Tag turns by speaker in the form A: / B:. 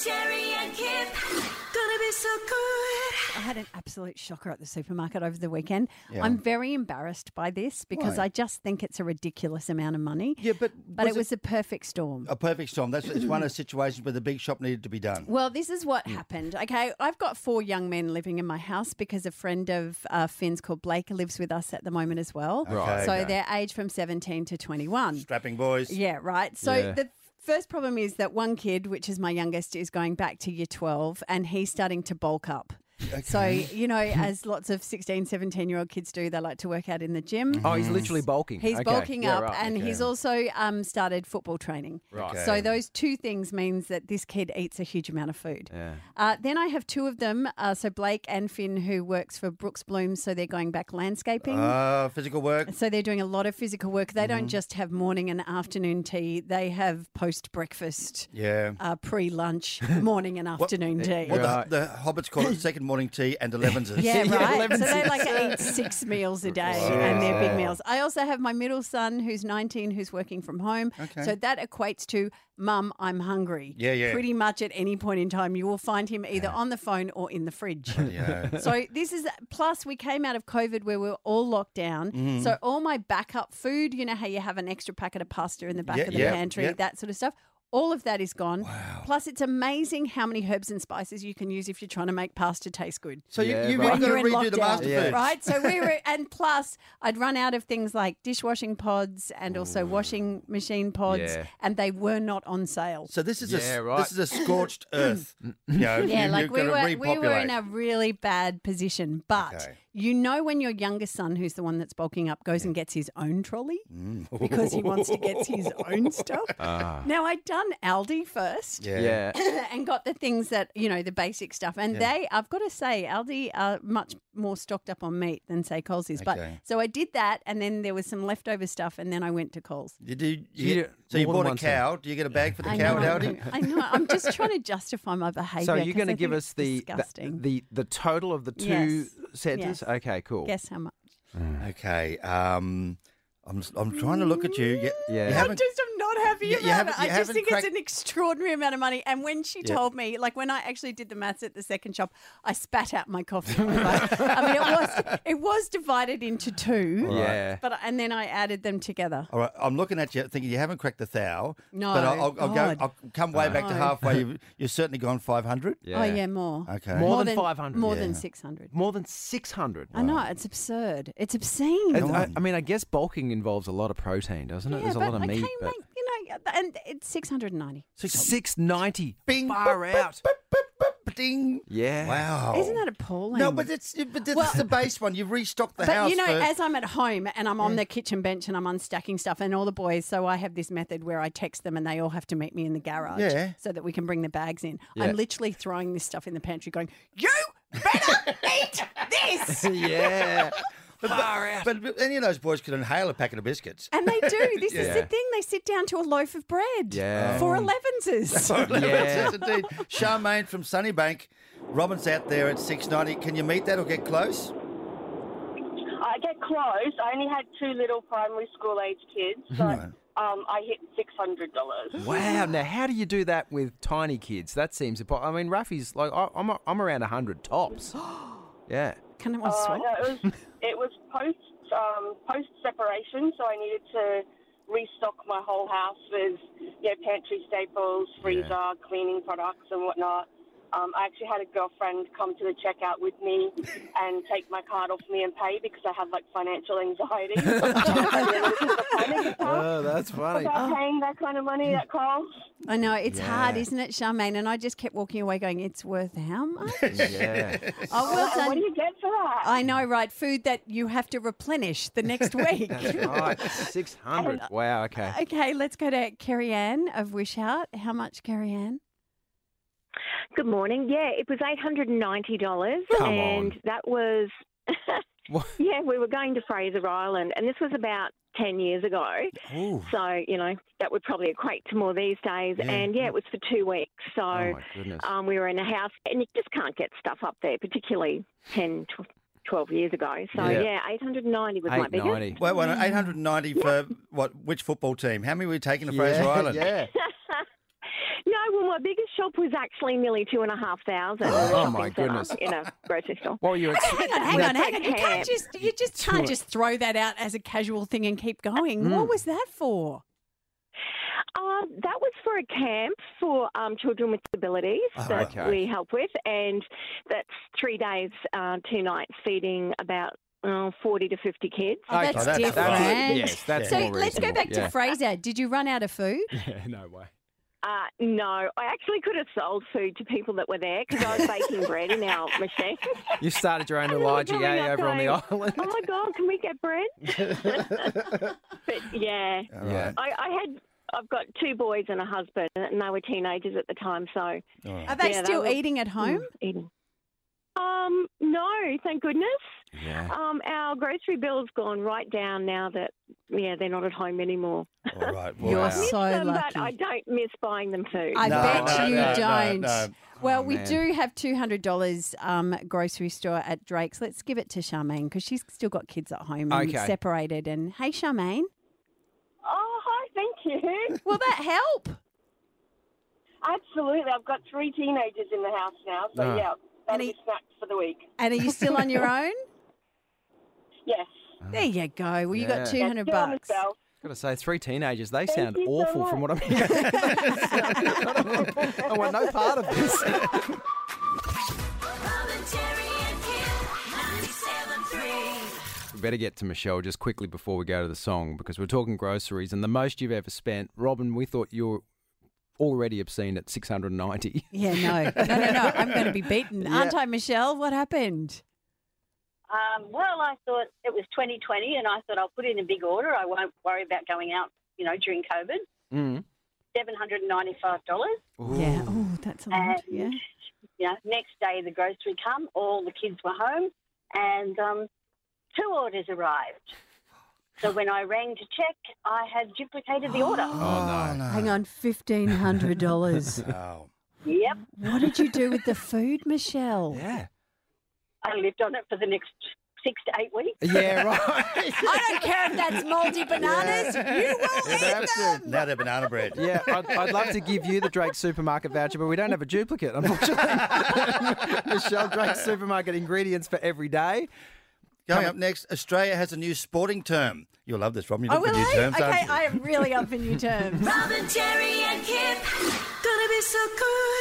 A: Jerry and Kip. Gonna be so good.
B: I had an absolute shocker at the supermarket over the weekend.
C: Yeah.
B: I'm very embarrassed by this because
C: Why?
B: I just think it's a ridiculous amount of money.
C: Yeah, but
B: but
C: was
B: it was a perfect storm.
C: A perfect storm. That's it's one of the situations where the big shop needed to be done.
B: Well, this is
C: Hmm.
B: what happened. Okay, I've got four young men living in my house because a friend of uh, Finn's called Blake lives with us at the moment as well.
C: Right.
B: So
C: Okay.
B: they're aged from 17 to 21.
C: Strapping boys.
B: Yeah, right. So
D: Yeah.
B: the first problem is that one kid, which is my youngest, is going back to year 12 and he's starting to bulk up. So, you know, as lots of 16, 17 year old kids do, they like to work out in the gym.
D: Oh, he's literally bulking.
B: He's
D: Okay.
B: bulking
D: Yeah,
B: up
D: right,
B: and
D: okay.
B: he's also um, started football training.
D: Right.
B: So
C: Okay.
B: those two things means that this kid eats a huge amount of food.
D: Yeah.
B: Uh, then I have two of them, uh, so Blake and Finn, who works for Brooks Bloom, so they're going back landscaping.
C: Uh, physical work.
B: So they're doing a lot of physical work. They
C: Mm-hmm.
B: don't just have morning and afternoon tea. They have post breakfast,
C: Yeah.
B: uh, pre lunch, morning and afternoon tea.
C: Well,
D: Right.
C: the, the hobbits call it second morning tea and elevenses.
B: Yeah,
D: Yeah,
B: right.
D: lemon
B: so they like to eat six meals a day and they're big meals. I also have my middle son who's 19 who's working from home.
C: Okay.
B: So that equates to, Mum, I'm hungry.
C: Yeah, yeah.
B: Pretty much at any point in time, you will find him either on the phone or in the fridge.
C: Yeah.
B: So this is plus we came out of COVID where we were all locked down.
C: Mm-hmm.
B: So all my backup food, you know how you have an extra packet of pasta in the back
C: Yeah,
B: of the
C: yeah,
B: pantry,
C: yeah.
B: that sort of stuff. All of that is gone. Wow. Plus, it's amazing how many herbs and spices you can use if you're trying to make pasta taste good.
C: So you,
D: Yeah,
C: you've
D: right.
C: got
B: When
C: to
B: you're in
C: redo the
B: lockdown,
C: master
D: Yeah.
C: food.
B: right? So we were, and plus, I'd run out of things like dishwashing pods and also washing machine pods,
D: Yeah.
B: and they were not on sale.
C: So this is a
D: Yeah,
C: s-
D: right. Mm.
C: this is a scorched earth. you know,
B: Mm. Yeah,
C: you,
B: like
C: you've
B: we
C: got
B: were,
C: to
B: we were in
C: repopulate.
B: a really bad position. But
C: Okay.
B: you know when your younger son, who's the one that's bulking up, goes and gets his own trolley because he wants to get his own stuff. Now I'd done Aldi first.
C: yeah.
D: Yeah.
B: and got the things that you know the basic stuff and they i've got to say aldi are much more stocked up on meat than say coles is
C: Okay.
B: but so i did that and then there was some leftover stuff and then i went to coles
C: You do. You
D: You
C: get-
D: do
C: so you
D: more than
C: bought a
D: one thing.
C: cow. Do you get a bag for the
B: I
C: cow
B: know,
C: at Aldi?
B: I know. I'm just trying to justify my behaviour.
D: So you're
B: 'cause I
D: going to
B: think
D: give
B: it's
D: us the, the
B: disgusting.
D: the the total of the two
B: Yes. Yes.
D: centres? Okay, cool.
B: Guess how much?
C: Okay. Um, I'm I'm trying to look at you. Yeah.
D: Yeah.
C: You
D: I
B: I
C: haven't.
B: just am not happy
C: You- you
B: about
C: haven't-
B: it.
C: you
B: I just
C: haven't
B: think
C: cracked-
B: it's an extraordinary amount of money. And when she
C: Yeah.
B: told me, like when I actually did the maths at the second shop, I spat out my coffee. right? I mean, it was it was divided into two.
D: Yeah.
B: But and then I added them together.
C: All right, I'm looking at you, thinking you haven't cracked the thou.
B: No,
C: but I'll, I'll, I'll go.
B: God.
C: I'll come way back to
B: No.
C: halfway. You've, you've certainly gone 500.
B: Oh yeah, more.
C: Okay.
D: More than 500.
B: More
C: Yeah.
B: than six hundred.
D: More than 600.
B: I know it's absurd. It's obscene.
D: And I,
C: on.
D: I mean, I guess bulking involves a lot of protein, doesn't it?
B: yeah,
D: There's a
B: but
D: lot of
B: I
D: meat.
B: came
D: but
B: back, you know, and it's six hundred and ninety.
D: 690.
C: Bing.
D: Far
C: boop, boop,
D: out.
C: boop, boop, boop, ding.
D: Yeah.
C: Wow.
B: Isn't that appalling?
C: Oh. No, but it's but this
B: Well-
C: is the base one. You've restocked the
B: But
C: house.
B: you know,
C: first.
B: as I'm at home and I'm on the kitchen bench and I'm unstacking stuff, and all the boys, so I have this method where I text them and they all have to meet me in the garage
C: Yeah.
B: so that we can bring the bags in.
D: Yeah.
B: I'm literally throwing this stuff in the pantry, going, "You better eat this."
D: yeah. Far out.
C: But, but any of those boys could inhale a packet of biscuits.
B: And they do. This is the
D: Yeah.
B: thing. They sit down to a loaf of bread
D: Yeah.
B: for elevenses.
D: Yeah.
C: Yes, indeed. Charmaine from Sunnybank. Robin's out there at 690. Can you meet that or get close?
E: I get close. I only had two little primary school age kids, but um, I hit six hundred dollars.
D: Wow. Now, how do you do that with tiny kids? That seems impossible. I mean, Ruffy's like, I, I'm, I'm around 100 tops. Yeah.
B: Can I want to
E: Uh,
B: swap?
E: no, it was it was post um, post separation, so I needed to restock my whole house with yeah pantry staples, freezer, cleaning products, and whatnot. Um, I actually had a girlfriend come to the checkout with me and take my card off me and pay because I had like financial anxiety. It's a panic attack
D: Oh, that's funny.
E: about paying that kind of money at Coles.
B: I know it's hard,
D: Yeah.
B: isn't it, Charmaine? And I just kept walking away, going, "It's worth how much?"
D: yeah.
B: oh, well
E: And what
B: done.
E: do you get for that?
B: I know, right? Food that you have to replenish the next week.
D: Right. 600. Wow. Okay.
B: Okay, let's go to Kerry Ann of Wish Out. How much, Kerry Ann?
F: Good morning. Yeah, it was eight hundred and ninety dollars,
D: Come
F: and
D: on.
F: that was
D: What?
F: yeah. We were going to Fraser Island, and this was about ten years ago.
C: Ooh.
F: So you know that would probably equate to more these days.
C: Yeah.
F: And yeah, it was for two weeks. So
D: Oh, my goodness.
F: um, we were in a house, and you just can't get stuff up there, particularly 10, tw- 12 years ago. So
D: Yeah.
F: yeah, eight hundred and ninety was my biggest.
D: 890.
C: Wait,
B: Hmm.
C: wait, 890 for what? Which football team? How many were you taking to
D: Yeah,
C: Fraser Island?
D: Yeah.
F: No, well, my biggest shop was actually nearly two and a half thousand. in a
D: Oh,
F: shopping
D: my
F: centre,
D: goodness.
F: In a grocery store.
D: What were you? Ex-
B: Hang on, hang on,
F: That's
B: hang
F: a
B: on. You can't
F: camp.
B: just you just can't just throw that out as a casual thing and keep going. What was that for?
F: Um, that was for a camp for um, children with disabilities that
D: okay.
F: we help with, and that's three days, uh, two nights, feeding about uh, 40 to 50 kids.
B: Oh,
D: Okay,
B: that's
C: that's
B: different.
C: fine.
D: Yes, that's
B: so
D: more
B: let's go
D: reasonable,
B: back
D: yeah.
B: to Fraser. Did you run out of food?
D: Yeah, no way.
F: Uh, no, I actually could have sold food to people that were there because I was baking bread in our machine.
D: You started your own
F: And they were
D: Elijah
F: coming up
D: over on the
F: going,
D: island.
F: Oh my God, can we get bread? but yeah,
C: All
D: Yeah.
C: right.
F: I, I had. I've got two boys and a husband, and they were teenagers at the time, so
C: All right.
B: Are they
F: Yeah, they
B: still
F: were-
B: eating at home?
F: eating. Um, no, thank goodness.
D: Yeah.
F: Um, our grocery bill's gone right down now that yeah they're not at home anymore.
C: All right.
B: You're
C: Wow.
B: so
F: Um,
B: lucky.
F: but I don't miss buying them food.
B: I
C: No,
B: bet
C: no,
B: you
C: no, no,
B: don't.
C: no.
B: Well,
D: Oh,
B: we
D: man.
B: do have two hundred dollars um, grocery store at Drake's. Let's give it to Charmaine because she's still got kids at home and
D: Okay.
B: separated. And hey, Charmaine,
E: Oh, hi, thank you.
B: will that help?
E: Absolutely. I've got three teenagers in the house now, so
D: Ah.
E: yeah, that'll
B: Any-
E: be snacks for the week.
B: And are you still on your own?
E: Yes.
B: There you go. Well, you
D: Yeah.
B: got two
E: Yeah,
B: hundred
E: get on the
B: bucks.
E: spell.
D: Gotta say, three teenagers, they sound
E: you so
D: awful from what I'm hearing. I want no part of this.
A: Robin, Terry, and Kim. 97.3.
D: We better get to Michelle just quickly before we go to the song because we're talking groceries and the most you've ever spent. Robin, we thought you were already obscene at 690.
B: Yeah, no, no, no, no. I'm going to be beaten, aren't I, Michelle? What happened?
G: Um, well, I thought it was 2020, and I thought I'll put in a big order. I won't worry about going out, you know, during COVID.
D: Mm.
G: Seven hundred and ninety-five dollars.
B: Yeah. Oh, that's a lot.
G: And
B: Yeah.
G: you know, next day the grocery come, all the kids were home, and um, two orders arrived. So when I rang to check, I had duplicated the order.
D: Oh,
C: Uh.
D: no.
B: Hang on, fifteen hundred dollars.
C: Oh.
G: yep,
B: what did you do with the food, Michelle?
D: Yeah.
G: I lived on it for the next six to eight weeks.
D: Yeah, right.
B: I don't care if that's moldy bananas. You will
C: Yeah, they
B: eat
C: have
B: them.
C: to- Now they're banana bread.
D: Yeah, I'd, I'd love to give you the Drake supermarket voucher, but we don't have a duplicate, unfortunately. Michelle, Drake supermarket ingredients for every day.
C: Coming up next, Australia has a new sporting term. You'll love this, Robin. You
B: Oh,
C: look for
B: will
C: new
B: I?
C: terms, aren't
B: okay,
C: you?
B: I am really up for new terms.
A: Robin, Terry, and Kim. Gonna be so good.